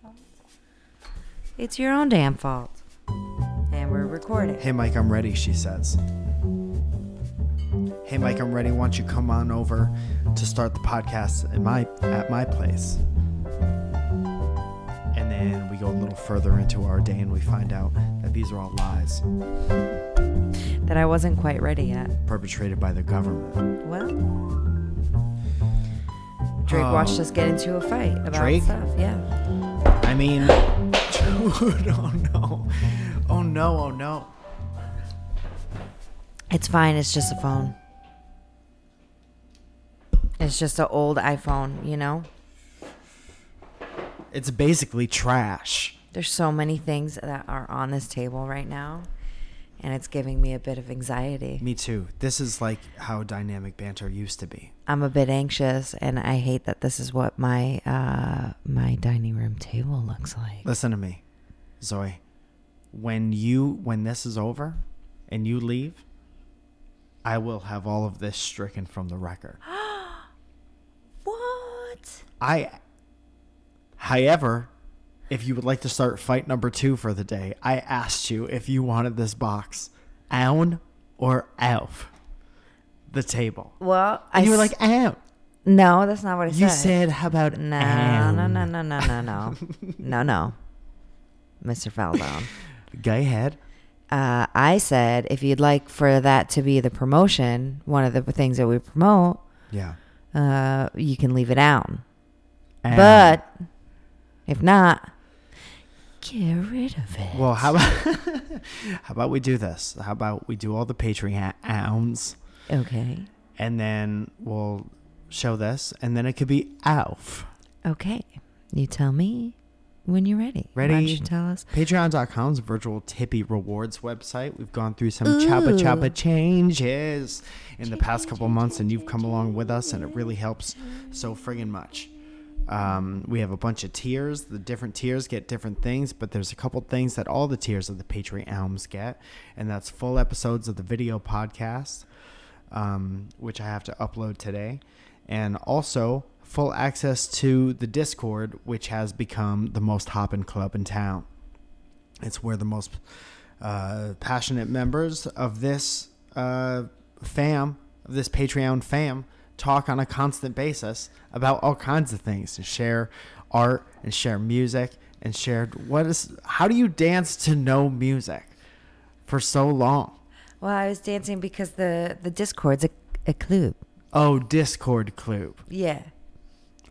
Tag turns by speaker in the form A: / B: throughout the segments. A: fault. It's your own damn fault. And we're recording.
B: Hey, Mike, I'm ready, she says. Hey, Mike, I'm ready. Why don't you come on over to start the podcast in my, at my place? And then we go a little further into our day and we find out that these are all lies
A: That I wasn't quite ready yet.
B: perpetrated by the government.
A: Well, Drake
B: Oh.
A: watched us get into a fight about
B: Drake?
A: stuff. Yeah.
B: I mean, dude, oh no. Oh no, oh no.
A: It's fine. It's just a phone. It's just an old iPhone, you know?
B: It's basically trash.
A: There's so many things that are on this table right now, and it's giving me a bit of anxiety.
B: Me too. This is like how dynamic banter used to be.
A: I'm a bit anxious, and I hate that this is what my uh, my dining room table looks like.
B: Listen to me, Zoe. When you when this is over and you leave, I will have all of this stricken from the record.
A: What?
B: I however, if you would like to start fight number 2 for the day, I asked you if you wanted this box own or off the table.
A: Well, I
B: And you were
A: s-
B: like own.
A: no, that's not what I said.
B: You said how about
A: no,
B: own?
A: no, no, no, no, no, no, no, no, Mr. Falbone.
B: Go ahead.
A: uh, I said if you'd like for that to be the promotion, one of the things that we promote,
B: Yeah.
A: uh, you can leave it out.
B: Own.
A: But if not, get rid of it.
B: Well, how about how about we do this? How about we do all the Patreons,
A: okay.
B: and then we'll show this, and then it could be Alf.
A: Okay. You tell me when you're ready. Why don't
B: Ready?
A: you tell us?
B: Patreon.com's virtual tippy rewards website. We've gone through some chapa
A: Ooh.
B: chapa changes in the past couple months, and you've come along with us, and it really helps so friggin' much. Um, we have a bunch of tiers. The different tiers get different things, but there's a couple things that all the tiers of the Patreons get, and that's full episodes of the video podcast, um, which I have to upload today, and also full access to the Discord, which has become the most hoppin' club in town. It's where the most uh, passionate members of this uh, fam, of this Patreon fam, talk on a constant basis about all kinds of things and share art and share music and share what is how do you dance to no music for so long?
A: Well, I was dancing because the the Discord's a, a clue.
B: Oh, Discord clue.
A: Yeah.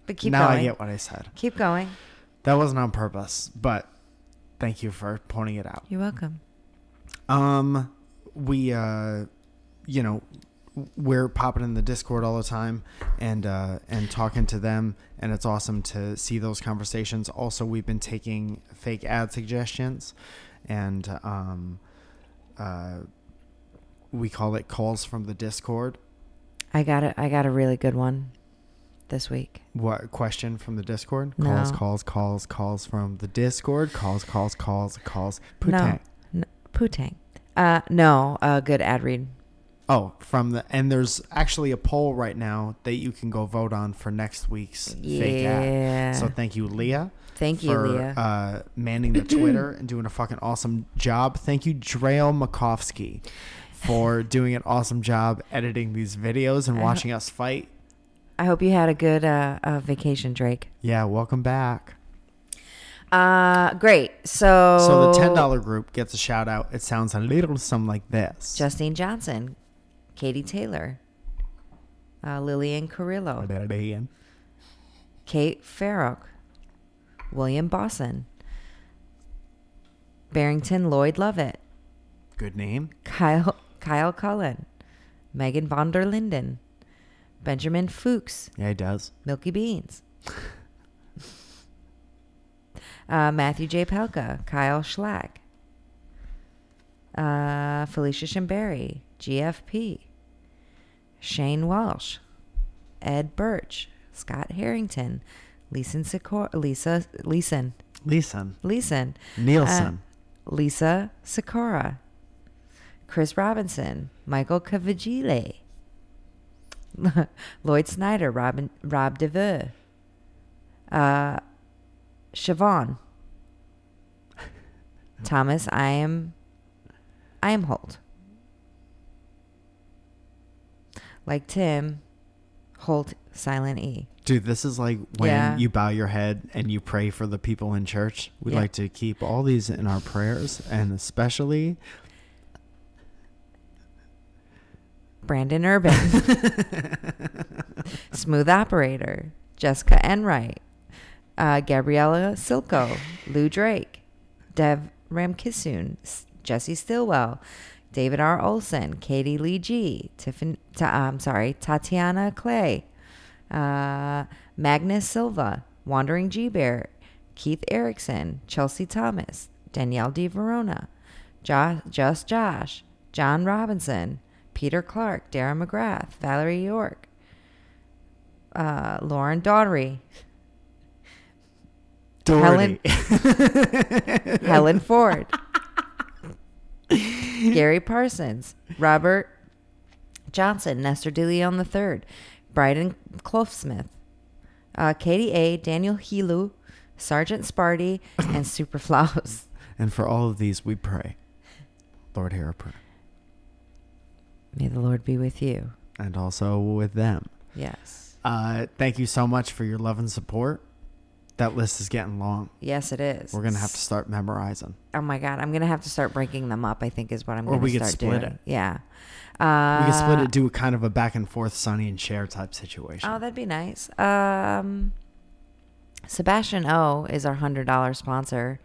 A: But keep
B: now
A: going.
B: I get what I said.
A: Keep going.
B: That wasn't on purpose, but thank you for pointing it out.
A: You're welcome.
B: Um, we, uh, you know, we're popping in the Discord all the time and uh, and talking to them, and it's awesome to see those conversations. Also, we've been taking fake ad suggestions, and um, uh, we call it calls from the Discord.
A: I got a I got a really good one this week.
B: What question from the Discord?
A: No.
B: Calls, calls, calls, calls from the Discord. Calls, calls, calls, calls. Putain.
A: No, no Putang. Uh, no, a good ad read.
B: Oh, from the and there's actually a poll right now that you can go vote on for next week's fake
A: Yeah.
B: ad. So thank you, Leah.
A: Thank you,
B: for,
A: Leah.
B: Uh, manning the Twitter and doing a fucking awesome job. Thank you, Drail Makovsky, for doing an awesome job editing these videos and
A: I ho-
B: watching us fight.
A: I hope you had a good uh, uh, vacation, Drake.
B: Yeah, welcome back.
A: Uh, great. So,
B: So the ten dollar group gets a shout out. It sounds a little something like this.
A: Justine Johnson, Katie Taylor, uh, Lillian Carrillo, Kate Farrock, William Bosson, Barrington Lloyd Lovett,
B: Good name.
A: Kyle Kyle Cullen, Megan von der Linden, Benjamin Fuchs,
B: Yeah, it does.
A: Milky Beans. uh, Matthew J. Pelka, Kyle Schlack, uh, Felicia Shimberry, GFP, Shane Walsh, Ed Birch, Scott Harrington, Leeson Sikora, Lisa Leeson,
B: Leeson.
A: Leeson,
B: Nielsen.
A: uh, Lisa Sikora, Chris Robinson, Michael Cavagile, Lloyd Snyder, Robin, Rob DeVeux, uh, Siobhan. Thomas, I am I am Holt. Like Tim, Holt silent E.
B: Dude, this is like when
A: Yeah.
B: you bow your head and you pray for the people in church. We
A: Yeah.
B: like to keep all these in our prayers, and especially
A: Brandon Urban. Smooth operator. Jessica Enright. Uh, Gabriella Silko. Lou Drake. Dev Ramkissoon. S- Jesse Stilwell. David R. Olson. Katie Lee G. Tiffany, ta- I'm sorry, Tatiana Clay. Uh, Magnus Silva. Wandering G Bear. Keith Erickson. Chelsea Thomas. Danielle D. Verona. Josh, Just Josh, John Robinson, Peter Clark, Darren McGrath, Valerie York, uh, Lauren Daugherty, Helen-
B: Doherty.
A: Helen Ford, Gary Parsons, Robert Johnson, Nestor DeLeon III, Bryden Clough-Smith, uh, Katie A., Daniel Helu, Sergeant Sparty, and Super Flouse.
B: and for all of these, we pray. Lord, hear our prayer.
A: May the Lord be with you.
B: And also with them.
A: Yes.
B: Uh, thank you so much for your love and support. That list is getting long.
A: Yes, it is.
B: We're going to have to start memorizing.
A: Oh my god, I'm gonna have to start breaking them up. I think is what I'm
B: Or
A: gonna
B: we could
A: start
B: split
A: doing.
B: it.
A: Yeah.
B: We
A: Uh,
B: can split it, do a kind of a back and forth, Sonny and Cher type situation.
A: Oh, that'd be nice. Um, Sebastian O is our hundred dollar sponsor.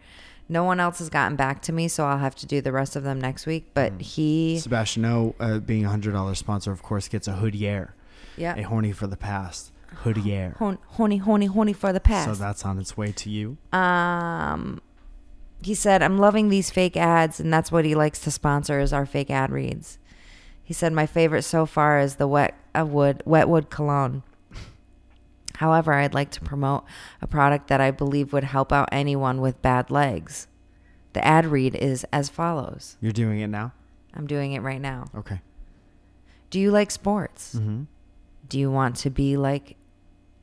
A: No one else has gotten back to me, so I'll have to do the rest of them next week. But he,
B: Sebastian O, uh, being a $100 sponsor, of course, gets a hoodier, a
A: yeah,
B: horny for the past hoodier.
A: hon- honey, honey, honey for the past.
B: So that's on its way to you.
A: um he said i'm loving these fake ads and that's what he likes to sponsor is our fake ad reads he said my favorite so far is the wet uh, wood wetwood cologne however i'd like to promote a product that i believe would help out anyone with bad legs the ad read is as follows
B: You're doing it now?
A: i'm doing it right now
B: Okay.
A: do you like sports
B: Mm-hmm.
A: do you want to be like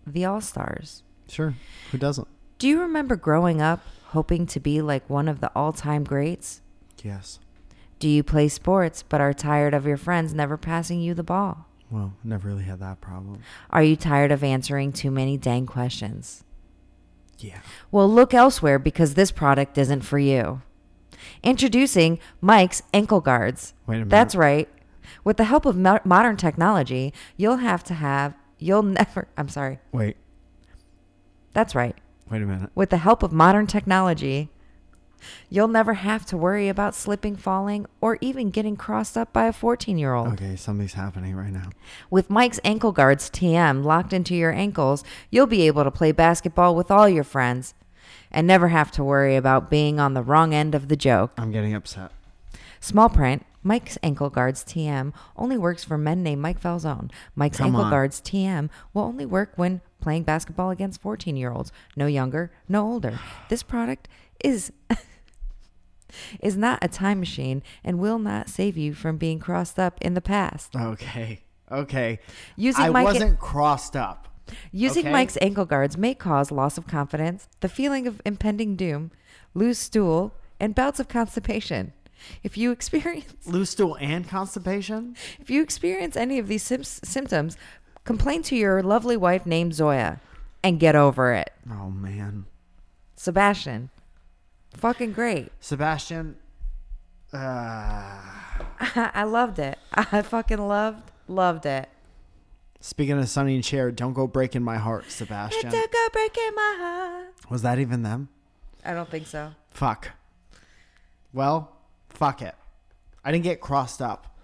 A: the all stars
B: Sure. Who doesn't?
A: do you remember growing up hoping to be like one of the all-time greats
B: Yes.
A: Do you play sports but are tired of your friends never passing you the ball?
B: Well, never really had that problem.
A: Are you tired of answering too many dang questions?
B: Yeah.
A: Well, look elsewhere because this product isn't for you. Introducing Mike's ankle guards.
B: Wait a minute.
A: That's right. With the help of mo- modern technology, you'll have to have, you'll never, I'm sorry.
B: Wait.
A: That's right.
B: Wait a minute.
A: With the help of modern technology, you'll never have to worry about slipping, falling, or even getting crossed up by a 14 year old.
B: Okay, something's happening right now.
A: With Mike's ankle guards TM locked into your ankles, you'll be able to play basketball with all your friends and never have to worry about being on the wrong end of the joke.
B: I'm getting upset.
A: Small print Mike's ankle guards TM only works for men named Mike Falzone. Mike's
B: Come
A: ankle
B: on.
A: guards TM will only work when playing basketball against 14 year olds. No younger, no older. This product is. Is not a time machine and will not save you from being crossed up in the past.
B: Okay. Okay.
A: Using
B: I
A: my ca-
B: wasn't crossed up.
A: Using
B: Okay.
A: Mike's ankle guards may cause loss of confidence, the feeling of impending doom, loose stool, and bouts of constipation. If you experience
B: Loose stool and constipation?
A: if you experience any of these sym- symptoms, complain to your lovely wife named Zoya and get over it.
B: Oh man.
A: Sebastian, fucking great.
B: Sebastian uh
A: I loved it. I fucking loved loved it.
B: Speaking of Sonny and Cher, don't go breaking my heart, Sebastian.
A: It's a girl breaking my heart.
B: Was that even them?
A: I don't think so.
B: Fuck. Well, fuck it. I didn't get crossed up.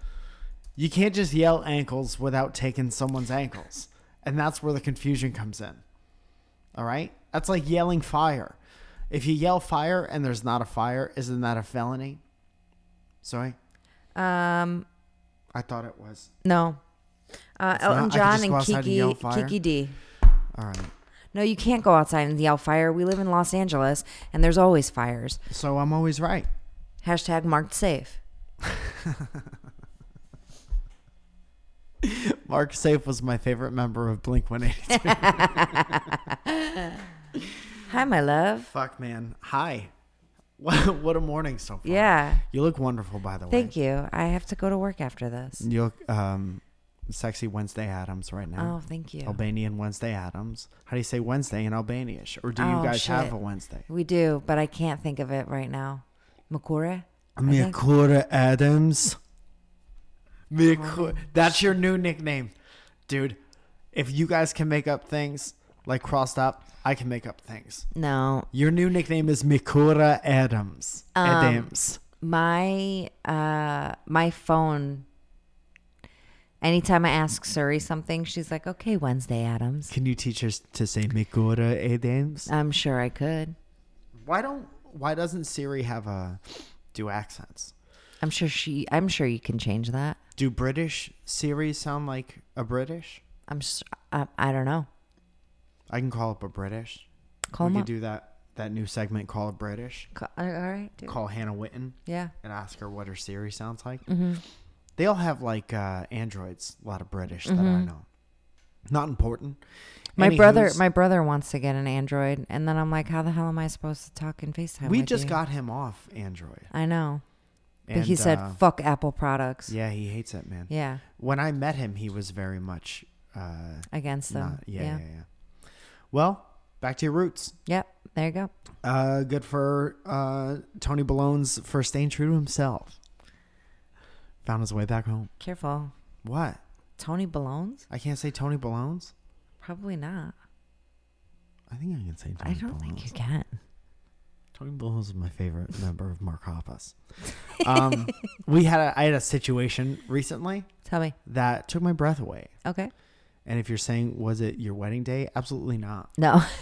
B: You can't just yell ankles without taking someone's ankles. And that's where the confusion comes in. All right? That's like yelling fire. If you yell fire and there's not a fire, isn't that a felony? Sorry?
A: Um
B: I thought it was.
A: no. Uh,
B: not- I
A: Elton
B: could
A: John
B: just go
A: and
B: outside and
A: Kiki
B: yell fire.
A: Kiki D.
B: All right.
A: No, you can't go outside and yell fire. We live in Los Angeles and there's always fires.
B: So I'm always right.
A: Hashtag marked safe.
B: Mark Safe was my favorite member of Blink 182.
A: Hi, my love.
B: Fuck, man. Hi. What, what a morning so far.
A: Yeah.
B: You look wonderful, by the way.
A: Thank you. I have to go to work after this.
B: You look um, sexy Wednesday Adams right now.
A: Oh, thank you.
B: Albanian Wednesday Adams. How do you say Wednesday in Albanish? Or do you
A: Oh,
B: guys have
A: shit.
B: a Wednesday?
A: We do, but I can't think of it right now. Makura? I think-
B: Mikura Adams. Mikura. That's your new nickname. Dude, if you guys can make up things like crossed up, I can make up things.
A: No.
B: Your new nickname is Mikura Adams.
A: Um,
B: Adams.
A: My uh my phone anytime I ask Suri something, she's like, Okay, Wednesday Adams.
B: Can you teach us to say Mikura Adams?
A: I'm sure I could.
B: Why don't why doesn't Siri have a do accents?
A: I'm sure she I'm sure you can change that.
B: Do British Siri sound like a British?
A: I'm s I, I don't know.
B: I can call up a British.
A: Call
B: we
A: him
B: could
A: up.
B: do that that new segment call a British.
A: Ca- all right, dude.
B: Call Hannah Witten
A: Yeah.
B: and ask her what her Siri sounds like.
A: Mm-hmm.
B: They all have like uh, androids. A lot of British that I know. Not important.
A: Mm-hmm. My brother,
B: Anywho's,
A: my brother wants to get an Android, and then I'm like, how the hell am I supposed to talk in FaceTime?
B: we
A: with
B: just
A: you?
B: got him off Android.
A: I know, but
B: And,
A: he said,
B: uh,
A: "Fuck Apple products." Yeah,
B: "Yeah, he hates it, man." When I met him, he was very much uh,
A: against them.
B: not. Yeah,
A: yeah.
B: yeah, yeah, Well, back to your roots.
A: Yep. There you go.
B: Uh, good for uh, Tony Ballone's for staying true to himself. Found his way back home.
A: Careful,
B: What?
A: Tony Ballones?
B: I can't say Tony Ballone's.
A: Probably not.
B: I think I can say Tony
A: I don't
B: Ballone's.
A: think you can.
B: Tony Ballone's is my favorite member of Mark Hoppus. Um, we had a, I had a situation recently
A: Tell me.
B: that took my breath away.
A: Okay.
B: And if you're saying, was it your wedding day? Absolutely not.
A: No.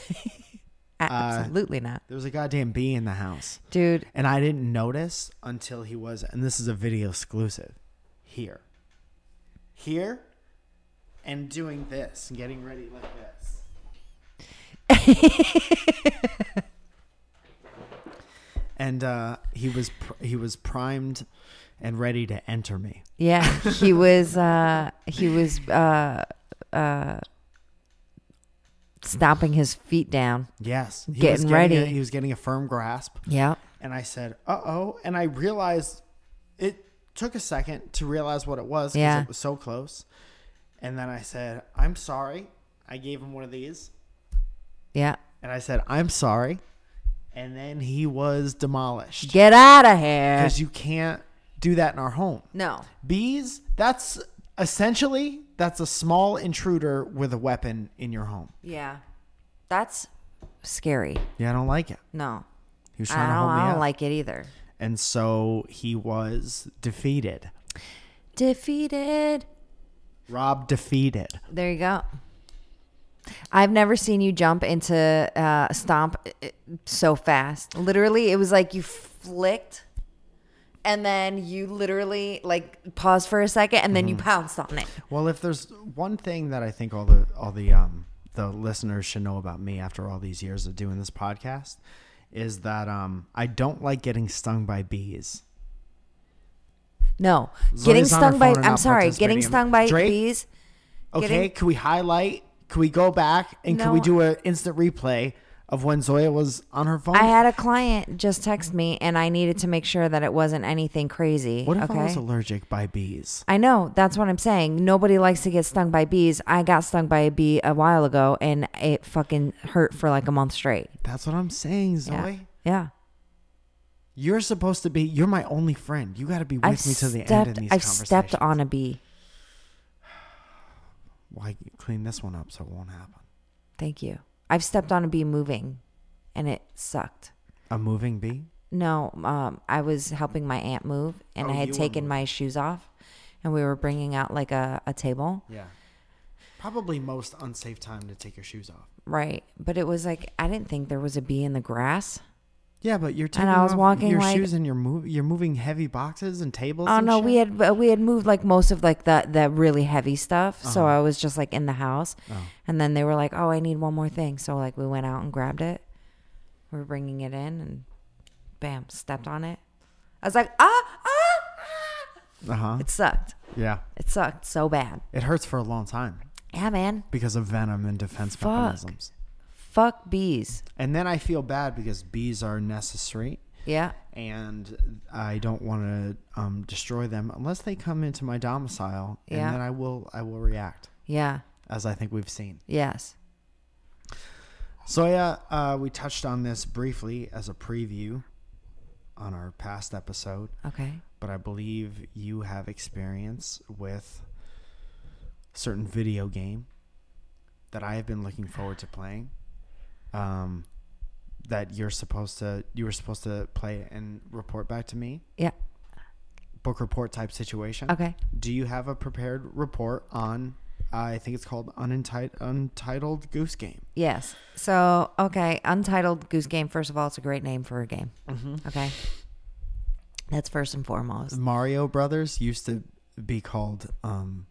A: A- Absolutely not,
B: There was a goddamn bee in the house.
A: dude.
B: And I didn't notice until he was, and this is a video exclusive, here. Here and doing this and getting ready like this. and uh, he was pr- he was primed and ready to enter me.
A: Yeah, he was. uh He was uh uh stomping his feet down.
B: Yes, he was
A: Getting ready.
B: a- he was getting a firm grasp.
A: Yeah.
B: and I said, "Uh oh!" And I realized it took a second to realize what it was because
A: Yeah.
B: it was so close. And then I said, "I'm sorry." I gave him one of these,
A: Yeah.
B: and I said, "I'm sorry." And then he was demolished
A: Get out of here.
B: because you can't do that in our home.
A: No.
B: Bees. That's essentially that's a small intruder with a weapon in your home.
A: Yeah. That's scary.
B: Yeah, I don't like it.
A: No.
B: He was
A: I
B: trying to
A: don't,
B: hold me
A: Oh, I
B: up,
A: don't like it either.
B: and so he was defeated.
A: Defeated.
B: Rob defeated.
A: There you go. I've never seen you jump into uh, stomp uh, so fast. Literally, it was like you flicked and then you literally like paused for a second and then
B: Mm.
A: you pounced on it.
B: Well, if there's one thing that I think all the all the um the listeners should know about me after all these years of doing this podcast is that um I don't like getting stung by bees.
A: No.
B: Zoe's
A: getting
B: on her
A: stung by,
B: phone and
A: I'm
B: not
A: sorry, getting stung
B: participating.
A: by
B: Drake?
A: bees.
B: Okay,
A: Getting-
B: can we highlight? Can we go back and can we
A: No.
B: do an instant replay of when Zoya was on her phone?
A: I had a client just text me and I needed to make sure that it wasn't anything crazy.
B: what if
A: okay?
B: I was allergic by bees?
A: I know. That's what I'm saying. Nobody likes to get stung by bees. I got stung by a bee a while ago and it fucking hurt for like a month straight.
B: That's what I'm saying, Zoe.
A: Yeah. Yeah.
B: You're supposed to be. You're my only friend. You got to be with
A: I've
B: me to the
A: stepped,
B: end in these
A: I've
B: conversations.
A: stepped on a bee.
B: Why clean this one up so it won't happen?
A: Thank you. I've stepped on a bee moving and it sucked.
B: A moving bee.
A: No, um, I was helping my aunt move and
B: Oh,
A: I
B: you
A: had
B: were
A: taken
B: moving.
A: my shoes off and we were bringing out like a, a table.
B: Yeah. Probably most unsafe time to take your shoes off.
A: Right. But it was like, I didn't think there was a bee in the grass.
B: Yeah, but you're taking
A: And I was
B: off
A: walking
B: your
A: like-
B: shoes and you're moving you're moving heavy boxes and tables.
A: Oh
B: and
A: no,
B: shit?
A: we had but we had moved like most of like the the really heavy stuff. So I was just like in the house, and then they were like, "Oh, I need one more thing." So like we went out and grabbed it. We were bringing it in, and bam, stepped on it. I was like, "Ah, ah!"
B: Uh huh.
A: It sucked.
B: Yeah,
A: It sucked so bad.
B: it hurts for a long time
A: Yeah, man.
B: because of venom and defense
A: Fuck.
B: mechanisms.
A: Fuck bees.
B: And then I feel bad because bees are necessary
A: Yeah.
B: and I don't want to um, destroy them unless they come into my domicile and
A: Yeah.
B: then I will I will react
A: Yeah.
B: as I think we've seen.
A: Yes.
B: So yeah, uh, we touched on this briefly as a preview on our past episode,
A: Okay.
B: but I believe you have experience with certain video game that I have been looking forward to playing. Um, that you're supposed to you were supposed to play and report back to me.
A: Yeah.
B: book report type situation.
A: Okay.
B: Do you have a prepared report on? I think it's called Unentitled, Untitled Goose Game.
A: Yes. So, okay, Untitled Goose Game. First of all, it's a great name for a game.
B: Mm-hmm.
A: Okay. That's first and foremost.
B: Mario Brothers used to be called um,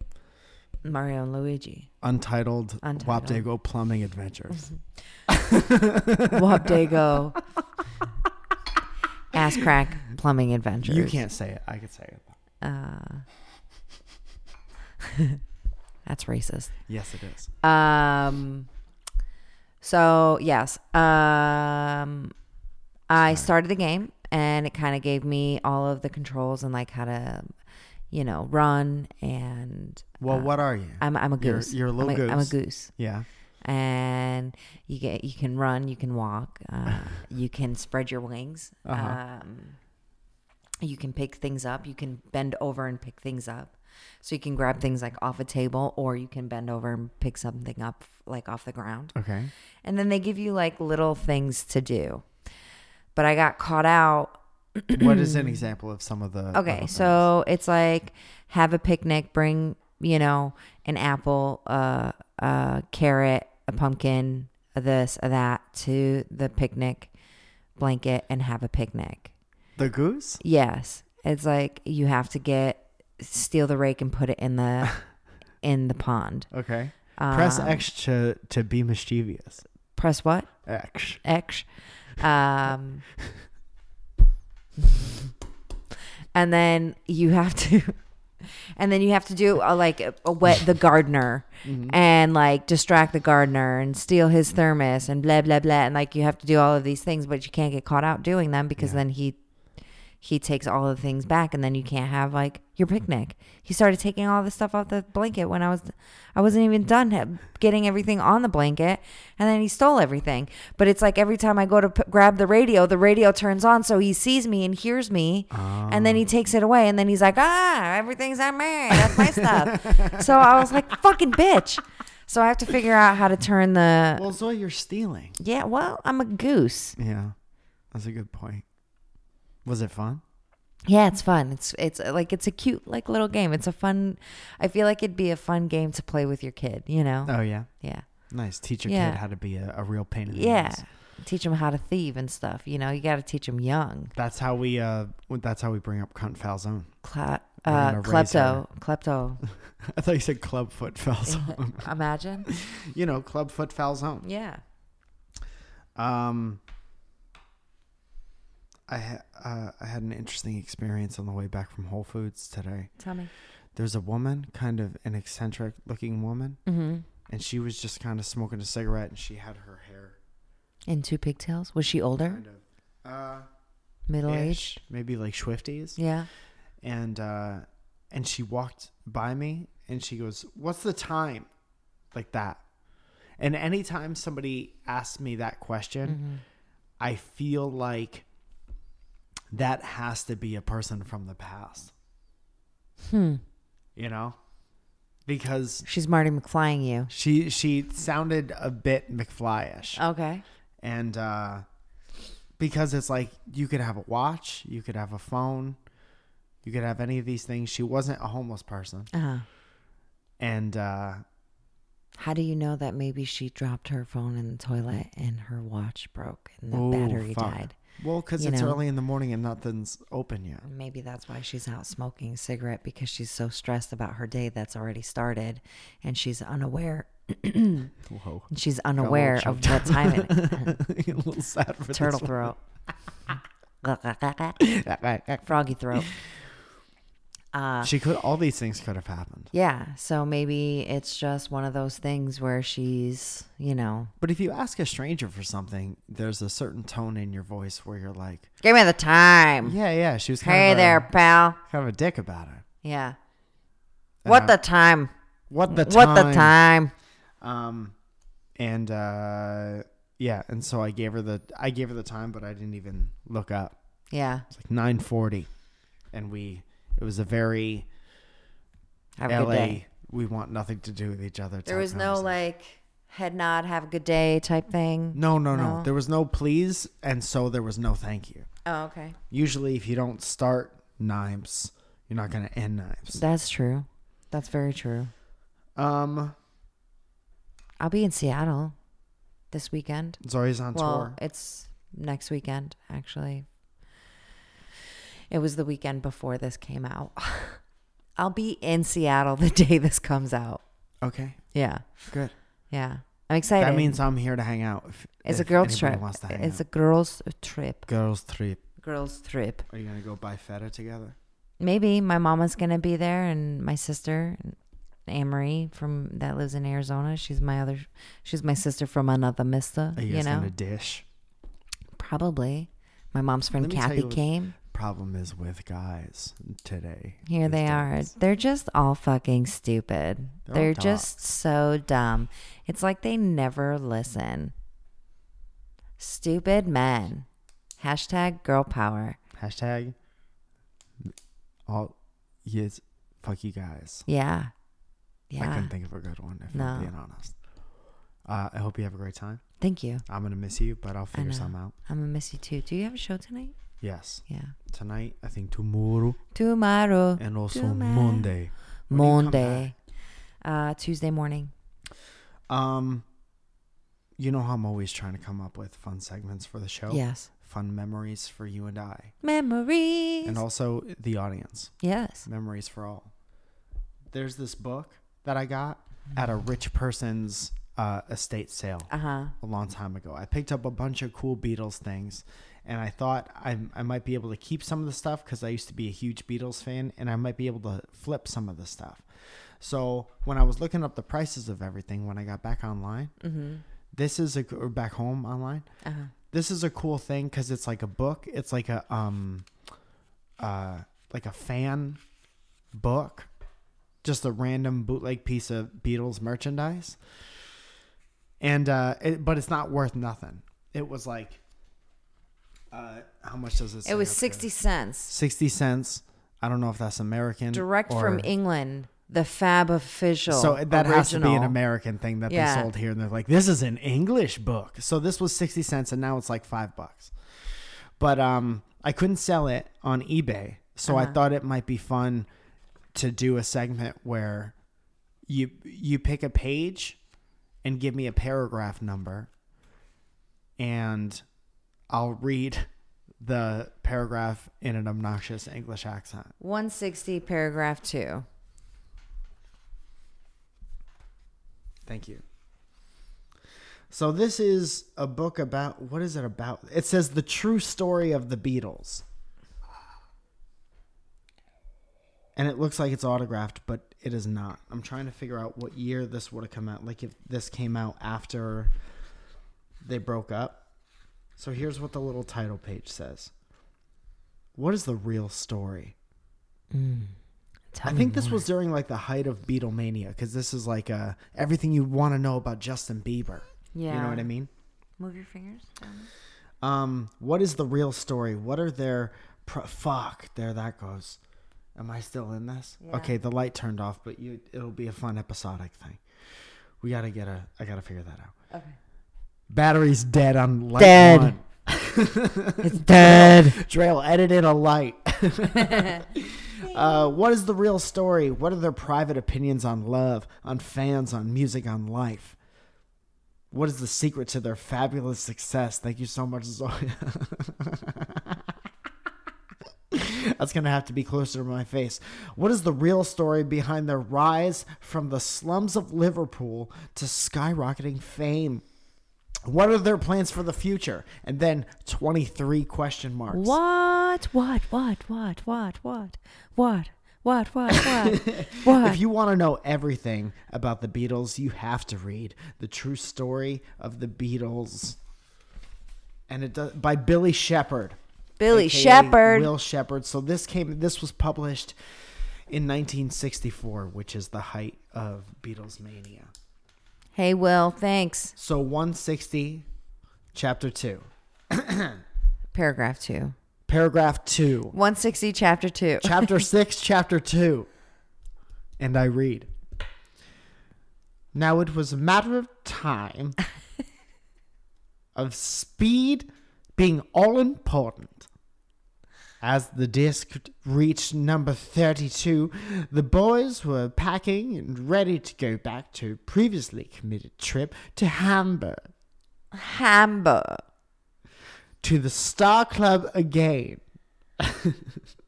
A: Mario and Luigi.
B: Untitled,
A: Untitled.
B: Wapdago Plumbing Adventures.
A: Wapdago. Ass crack plumbing adventures.
B: you can't say it. I could say it.
A: Uh, that's racist.
B: Yes, it is.
A: Um. So yes, um, I started the game and it kind of gave me all of the controls and like how to, you know, run and.
B: Well,
A: uh,
B: what are you?
A: I'm I'm a
B: You're-
A: goose.
B: you're a little
A: I'm I'm a
B: goose.
A: goose,
B: yeah.
A: and you get you can run, you can walk, uh, you can spread your wings.
B: Uh-huh.
A: Um, you can pick things up. You can bend over and pick things up. So you can grab things like off a table, or you can bend over and pick something up like off the ground.
B: Okay.
A: And then they give you like little things to do. But I got caught out
B: what is an example of some of the? of the
A: Okay,
B: things?
A: so it's like have a picnic, bring you know an apple, uh, a carrot, a pumpkin, a this, a that to the picnic blanket and have a picnic.
B: the goose.
A: Yes, it's like you have to get steal the rake and put it in the in the pond.
B: Okay. Press
A: Um,
B: X to to be mischievous.
A: Press what?
B: X.
A: X. Um, and then you have to, and then you have to do a, like a, a wet the gardener and like distract the gardener and steal his thermos and blah blah blah and like you have to do all of these things, but you can't get caught out doing them because
B: Yeah.
A: then he he takes all the things back and then you can't have like your picnic. He started taking all the stuff off the blanket when I was I wasn't even done ha- getting everything on the blanket and then he stole everything. But it's like every time I go to p- grab the radio, the radio turns on so he sees me and hears me and then he takes it away and then he's like, "Ah, everything's on me. That's my stuff." so I was like, "Fucking bitch." So I have to figure out how to turn the
B: Well, Zoe, you're stealing.
A: Yeah, well, I'm a goose.
B: Yeah, that's a good point. Was it fun?
A: Yeah, it's fun. It's it's uh, like it's a cute like little game. It's a fun. I feel like it'd be a fun game to play with your kid. You know?
B: Oh yeah,
A: Yeah,
B: nice. Teach your
A: Yeah.
B: kid how to be a, a real pain in the
A: yeah.
B: ass.
A: Teach them how to thieve and stuff. You know, you got to teach them young.
B: That's how we. Uh, that's how we bring up cunt foul zone.
A: Cla-
B: Learn
A: uh,
B: to raise
A: klepto, klepto.
B: I thought you said club foot foul zone.
A: Imagine.
B: you know, club foot foul zone.
A: Yeah.
B: Um, I ha- uh, I had an interesting experience on the way back from Whole Foods today.
A: Tell me.
B: There's a woman, kind of an eccentric looking woman,
A: Mm-hmm.
B: and she was just kind of smoking a cigarette, and she had her hair
A: In two pigtails. Was she older?
B: kind of uh,
A: Middle
B: ish,
A: aged.
B: maybe like Swifties.
A: Yeah.
B: and uh and she walked by me and she goes what's the time like that and anytime somebody asks me that question i feel like that has to be a person from the past hmm you know because
A: She's Marty McFlying you.
B: she she sounded a bit mcflyish
A: Okay.
B: and uh because it's like you could have a watch, you could have a phone, you could have any of these things. She wasn't a homeless person,
A: Uh huh.
B: and uh,
A: How do you know that maybe she dropped her phone in the toilet and her watch broke and the
B: oh,
A: battery
B: fuck.
A: died?
B: Well, because
A: You
B: it's
A: know.
B: early in the morning and nothing's open yet.
A: Maybe that's why she's out smoking a cigarette because she's so stressed about her day that's already started and she's unaware
B: Whoa,
A: she's unaware of what time it is.
B: a little sad for
A: Turtle
B: this
A: throat.
B: one.
A: Froggy throat. Uh,
B: She could. All these things could have happened.
A: yeah, so maybe it's just one of those things where she's, you know,
B: But if you ask a stranger for something, there's a certain tone in your voice where you're like,
A: give me the time.
B: "Yeah, yeah." She was kind
A: Mm. Hey
B: of a,
A: there, pal.
B: kind of a dick about it.
A: Yeah.
B: And
A: What the
B: I-
A: time?
B: What Uh-huh. the
A: What the time?
B: Um, and uh, yeah, and so I gave her the I gave her the time, but I didn't even look up.
A: Yeah.
B: It's like nine forty, and we it was a very
A: Have a
B: LA.
A: good day.
B: We want nothing to do with each other.
A: There
B: type
A: was no
B: conversation.
A: like head nod, have a good day type thing.
B: No, no, no,
A: No.
B: There was no please, and so there was no thank you.
A: Oh, okay.
B: Usually, if you don't start knives, you're not gonna end knives.
A: That's true. That's very true.
B: Um,
A: I'll be in Seattle this weekend.
B: Zoe's on
A: well,
B: tour.
A: it's next weekend actually. It was the weekend before this came out. I'll be in Seattle the day this comes out.
B: Okay,
A: Yeah.
B: good.
A: Yeah. I'm excited.
B: that means I'm here to hang out. If,
A: it's a
B: if
A: girls
B: anybody
A: trip.
B: Wants to hang
A: It's
B: out.
A: a girls trip.
B: girls trip.
A: Girls trip.
B: Are you gonna go buy feta together?
A: maybe my mama's gonna be there and my sister Amory from that lives in Arizona. She's my other she's my sister from another mister.
B: Are you,
A: You,
B: guys
A: know?
B: gonna dish?
A: Probably. My mom's friend
B: Let me tell
A: Kathy
B: you what-
A: came.
B: Problem is with guys today.
A: Here
B: these
A: they are.
B: days.
A: They're just all fucking stupid.
B: They're all
A: They're
B: dogs.
A: just so dumb. It's like they never listen. Stupid men. Hashtag girl power.
B: Hashtag all yes fuck you guys.
A: Yeah.
B: I
A: Yeah.
B: couldn't think of a good one if
A: No.
B: I'm being honest. Uh, I hope you have a great time.
A: Thank you.
B: I'm gonna miss you, but I'll figure
A: know.
B: some out.
A: I'm gonna miss you too. Do you have a show tonight?
B: Yes.
A: Yeah.
B: Tonight, I think tomorrow
A: Tomorrow.
B: and also
A: Tomorrow.
B: Monday. When do you come
A: Monday. Uh, Tuesday morning.
B: Um you know how I'm always trying to come up with fun segments for the show?
A: Yes.
B: Fun memories for you and I.
A: Memories.
B: And also the audience.
A: yes.
B: Memories for all. There's this book that I got at a rich person's uh, estate sale
A: Uh huh.
B: a long time ago. I picked up a bunch of cool Beatles things, and I thought I, I might be able to keep some of the stuff because I used to be a huge Beatles fan, and I might be able to flip some of the stuff. So when I was looking up the prices of everything when I got back online, this is a or back home online.
A: Uh huh.
B: This is a cool thing because it's like a book. It's like a um, uh, like a fan book, just a random bootleg piece of Beatles merchandise. And uh, it, but it's not worth nothing. It was like, uh, how much does it? say
A: It was
B: up there?
A: sixty cents,
B: Sixty cents. I don't know if that's American.
A: direct
B: or-
A: from England. The Fab official.
B: so that has to be an
A: original.
B: American thing that
A: Yeah.
B: they sold here, and they're like, "This is an English book." So this was sixty cents, and now it's like five bucks. But um, I couldn't sell it on eBay, so
A: Uh-huh.
B: I thought it might be fun to do a segment where you you pick a page and give me a paragraph number, and I'll read the paragraph in an obnoxious English accent.
A: One sixty, paragraph two.
B: Thank you. So this is a book about what is it about? It says the true story of the Beatles. And it looks like it's autographed, but it is not. I'm trying to figure out what year this would have come out. Like if this came out after they broke up. So here's what the little title page says. What is the real story?
A: Mm. Tell
B: I
A: me
B: think this was during like the height of Beatlemania because this is like uh, everything you want to know about Justin Bieber. You know
A: Yeah.
B: what I mean?
A: Move your fingers. down.
B: Um, what is the real story? What are their. Pro- Fuck, there that goes. Am I still in this? Okay, the light turned off, but you it'll be a fun episodic thing. We gotta get a. I gotta figure that out. Okay. Battery's dead on light
A: Dead.
B: one.
A: It's dead.
B: Trail edited a light. uh, what is the real story? What are their private opinions on love, on fans, on music, on life? What is the secret to their fabulous success? Thank you so much, Zoya. That's going to have to be closer to my face. What is the real story behind their rise from the slums of Liverpool to skyrocketing fame? What are their plans for the future? And then 23 question marks.
A: What? What? What? What? What? What? What? What? What? What? what?
B: If you want to know everything about the Beatles, you have to read The True Story of the Beatles. And it does, by Billy Shepard.
A: Billy
B: aka
A: Shepherd.
B: Will Shepard. So this came this was published in 1964, which is the height of Beatles mania.
A: hey, Will. Thanks.
B: So 160 chapter 2.
A: Paragraph two.
B: Paragraph 2.
A: 160, chapter two.
B: chapter 6, chapter 2. And I read. Now it was a matter of time, of speed being all important. As the disc reached number 32, the boys were packing and ready to go back to a previously committed trip to Hamburg,
A: Hamburg.
B: to the Star Club again.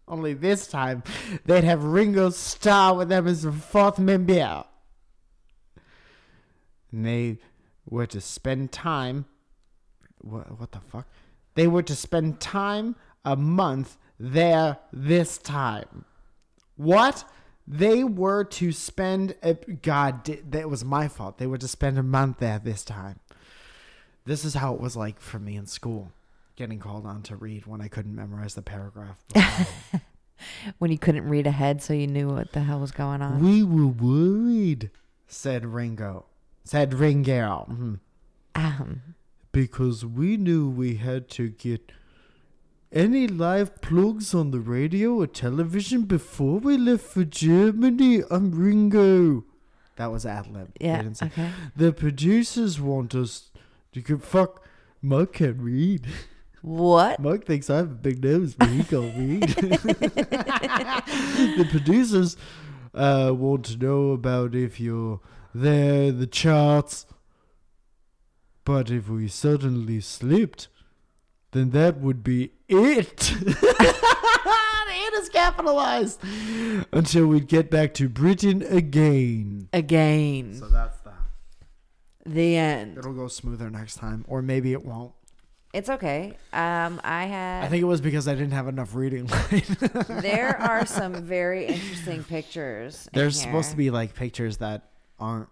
B: Only this time, they'd have Ringo Starr with them as a fourth member. And they were to spend time. What, what the fuck? They were to spend time a month there this time. What? They were to spend. A, God, di- that was my fault. They were to spend a month there this time. This is how it was like for me in school, getting called on to read when I couldn't memorize the paragraph.
A: When you couldn't read ahead, so you knew what the hell was going on.
B: We were worried, said Ringo. Said Ringo. mhm,
A: Um,
B: Because we knew we had to get any live plugs on the radio or television before we left for Germany. I'm Ringo. That was ad lib. They
A: yeah.
B: didn't say-
A: Okay.
B: The producers want us to get fuck. Mike can read.
A: What?
B: Mike thinks I have a big nose, but he can't read. the producers uh, want to know about if you're there, the charts. But if we suddenly slipped, then that would be it. it is capitalized. Until we'd get back to Britain again.
A: Again.
B: that's that.
A: The end.
B: It'll go smoother next time, or maybe it won't.
A: It's okay. Um, I had.
B: I think it was because I didn't have enough reading line.
A: there are some very interesting pictures. in
B: There's supposed
A: here.
B: to be like pictures that aren't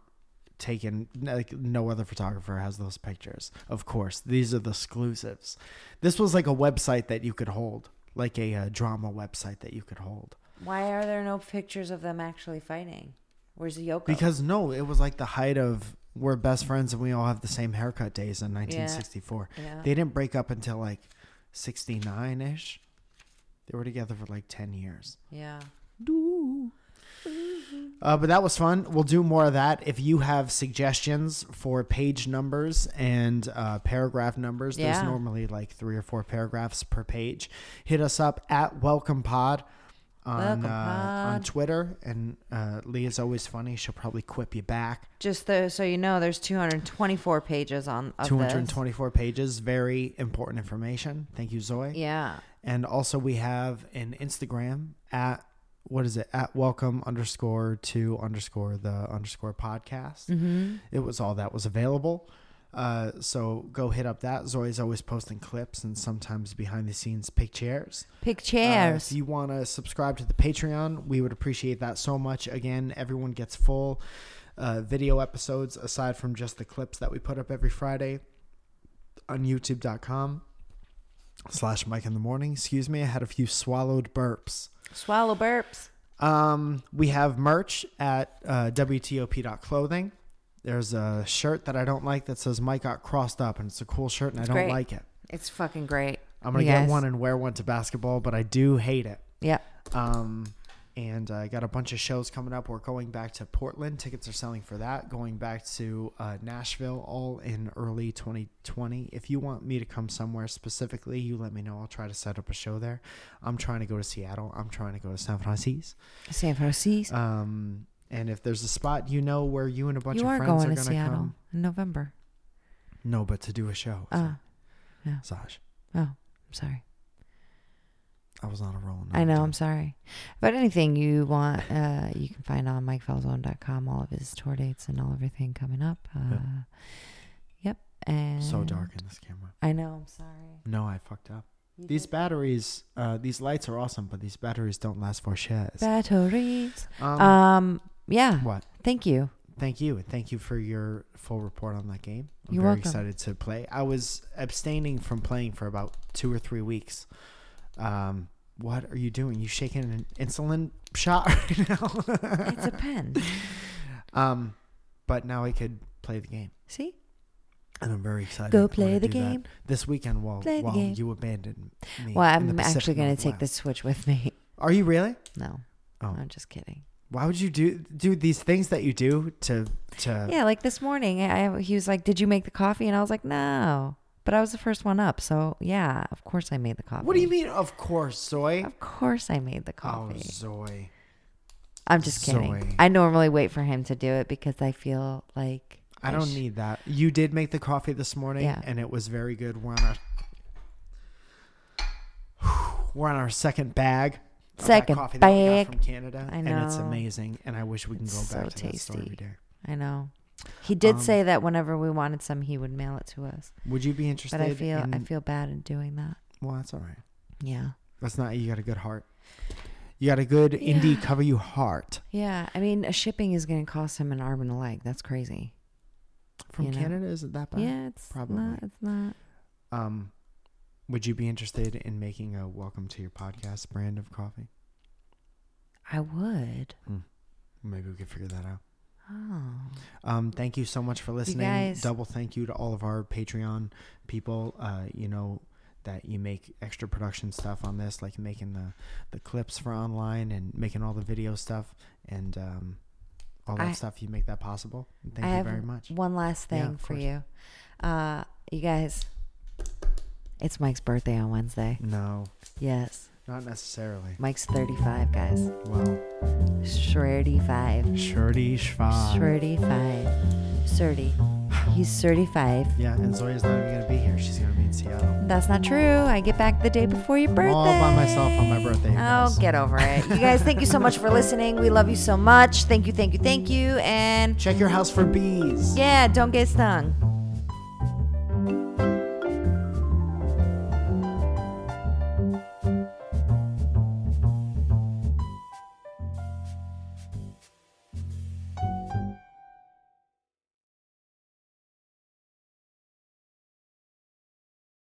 B: taken. Like no other photographer has those pictures. Of course, these are the exclusives. This was like a website that you could hold, like a uh, drama website that you could hold.
A: Why are there no pictures of them actually fighting? Where's Yoko?
B: Because no, it was like the height of we're best friends and we all have the same haircut days in 1964.
A: Yeah.
B: They didn't break up until like 69 ish. They were together for like 10 years.
A: yeah.
B: Uh, but that was fun. We'll do more of that. If you have suggestions for page numbers and uh, paragraph numbers,
A: Yeah.
B: there's normally like three or four paragraphs per page. Hit us up at Welcome Pod on
A: Welcome
B: uh, on
A: Pod.
B: Twitter, and uh, Leah's always funny. She'll probably quip you back.
A: Just the, so you know, there's 224 pages on of
B: Two
A: this.
B: hundred twenty-four pages, very important information. Thank you, Zoe.
A: Yeah.
B: And also, we have an Instagram at what is it at welcome underscore to underscore the underscore podcast. It was all that was available. Uh, so go hit up that. Zoe's always posting clips and sometimes behind the scenes pictures. Uh,
A: Pictures.
B: if you want to subscribe to the Patreon, we would appreciate that so much. Again, everyone gets full uh, video episodes aside from just the clips that we put up every Friday on youtube.com slash Mike in the morning. Excuse me, I had a few swallowed burps.
A: Swallow burps.
B: Um, we have merch at uh, WTOP.clothing. There's a shirt that I don't like that says Mike got crossed up, and it's a cool shirt, and I don't
A: great.
B: like it.
A: It's fucking great.
B: I'm going to
A: You
B: get
A: guys.
B: one and wear one to basketball, but I do hate it.
A: Yep.
B: Um, and I got a bunch of shows coming up. We're going back to Portland. Tickets are selling for that. Going back to uh, Nashville, all in early 2020. If you want me to come somewhere specifically, you let me know. I'll try to set up a show there. I'm trying to go to Seattle. I'm trying to go to San Francisco.
A: San Francisco.
B: Um, and if there's a spot you know where you and a bunch
A: you
B: of
A: are
B: friends
A: going
B: are
A: to
B: gonna
A: Seattle
B: come,
A: in November.
B: no, but to do a show.
A: Oh,
B: So-
A: yeah.
B: Saj,
A: oh, I'm sorry.
B: I was on a roll.
A: I know.
B: dude.
A: I'm sorry. But anything you want, uh, you can find on MikeFalzone.com all of his tour dates and all everything coming up. Uh,
B: Yep.
A: Yep. And
B: so dark in this camera.
A: I know. I'm sorry.
B: No, I fucked up. These batteries, uh, these lights are awesome, but these batteries don't last for shares.
A: Batteries.
B: Um,
A: Um. Yeah.
B: what?
A: Thank you.
B: Thank you. and Thank you for your full report on that game. I'm
A: You're
B: very
A: welcome.
B: excited to play. I was abstaining from playing for about two or three weeks. Um, what are you doing? You shaking an insulin shot right now?
A: It's a pen.
B: um, but now I could play the game,
A: See?
B: and I'm very excited.
A: Go
B: I wanna
A: play the
B: do that
A: game.
B: this weekend while
A: Play the
B: while
A: game.
B: you abandon me.
A: Well,
B: in the
A: I'm
B: Pacific
A: actually going to take
B: Northwest.
A: the Switch with me.
B: Are you really?
A: No.
B: Oh.
A: I'm just kidding.
B: Why would you do do these things that you do to to?
A: Yeah, like this morning, I he was like, "Did you make the coffee?" And I was like, "No." But I was the first one up, so yeah, of course I made the coffee.
B: What do you mean? Of course, Zoe.
A: Of course I made the
B: Oh,
A: coffee.
B: Zoe.
A: I'm just kidding.
B: Zoe.
A: I normally wait for him to do it because I feel like
B: I don't
A: sh-
B: need that. You did make the coffee this morning,
A: Yeah.
B: and it was very good. We're on our we're on our second bag. of that
A: Second
B: coffee that we got
A: bag.
B: from Canada,
A: I
B: and it's
A: know.
B: amazing. And I wish we can
A: It's
B: go back
A: so
B: to that story every
A: tasty.
B: day.
A: I know. He did
B: Um,
A: say that whenever we wanted some, he would mail it to us.
B: Would you be interested?
A: But I feel I
B: in-
A: feel bad in doing that.
B: well, that's all right.
A: Yeah.
B: That's not. You got a good heart. You got a good indie cover you heart
A: Yeah, I mean, uh, shipping is going to cost him an arm and a leg. That's crazy.
B: from
A: You know.
B: Canada. Isn't that bad?
A: yeah, it's
B: probably.
A: not. It's not.
B: Um, would you be interested in making a welcome to your podcast brand of coffee?
A: I would.
B: Maybe we could figure that out.
A: Oh,
B: Um, thank you so much for listening.
A: guys-
B: Double thank you to all of our Patreon people. Uh, you know that you make extra production stuff on this, like making the the clips for online and making all the video stuff and um, all that
A: I-
B: stuff. You make that possible. And Thank
A: I
B: you
A: have
B: very much.
A: one last
B: Yeah,
A: thing
B: of
A: for
B: course.
A: you. Uh, you guys, it's Mike's birthday on Wednesday.
B: No,
A: Yes,
B: not necessarily.
A: Mike's 35, guys.
B: Well,
A: Shreddy five.
B: shirty schwa.
A: Shreddy five. Surdy. He's 35.
B: Yeah, and Zoya's not even gonna be here. She's gonna be in Seattle.
A: That's not true. I get back the day before your birthday.
B: I'm all by myself on my birthday, you
A: Oh,
B: guys.
A: get over it. You guys, thank you so much for listening. We love you so much. Thank you, thank you, thank you. And
B: Check your house for bees.
A: yeah, don't get stung.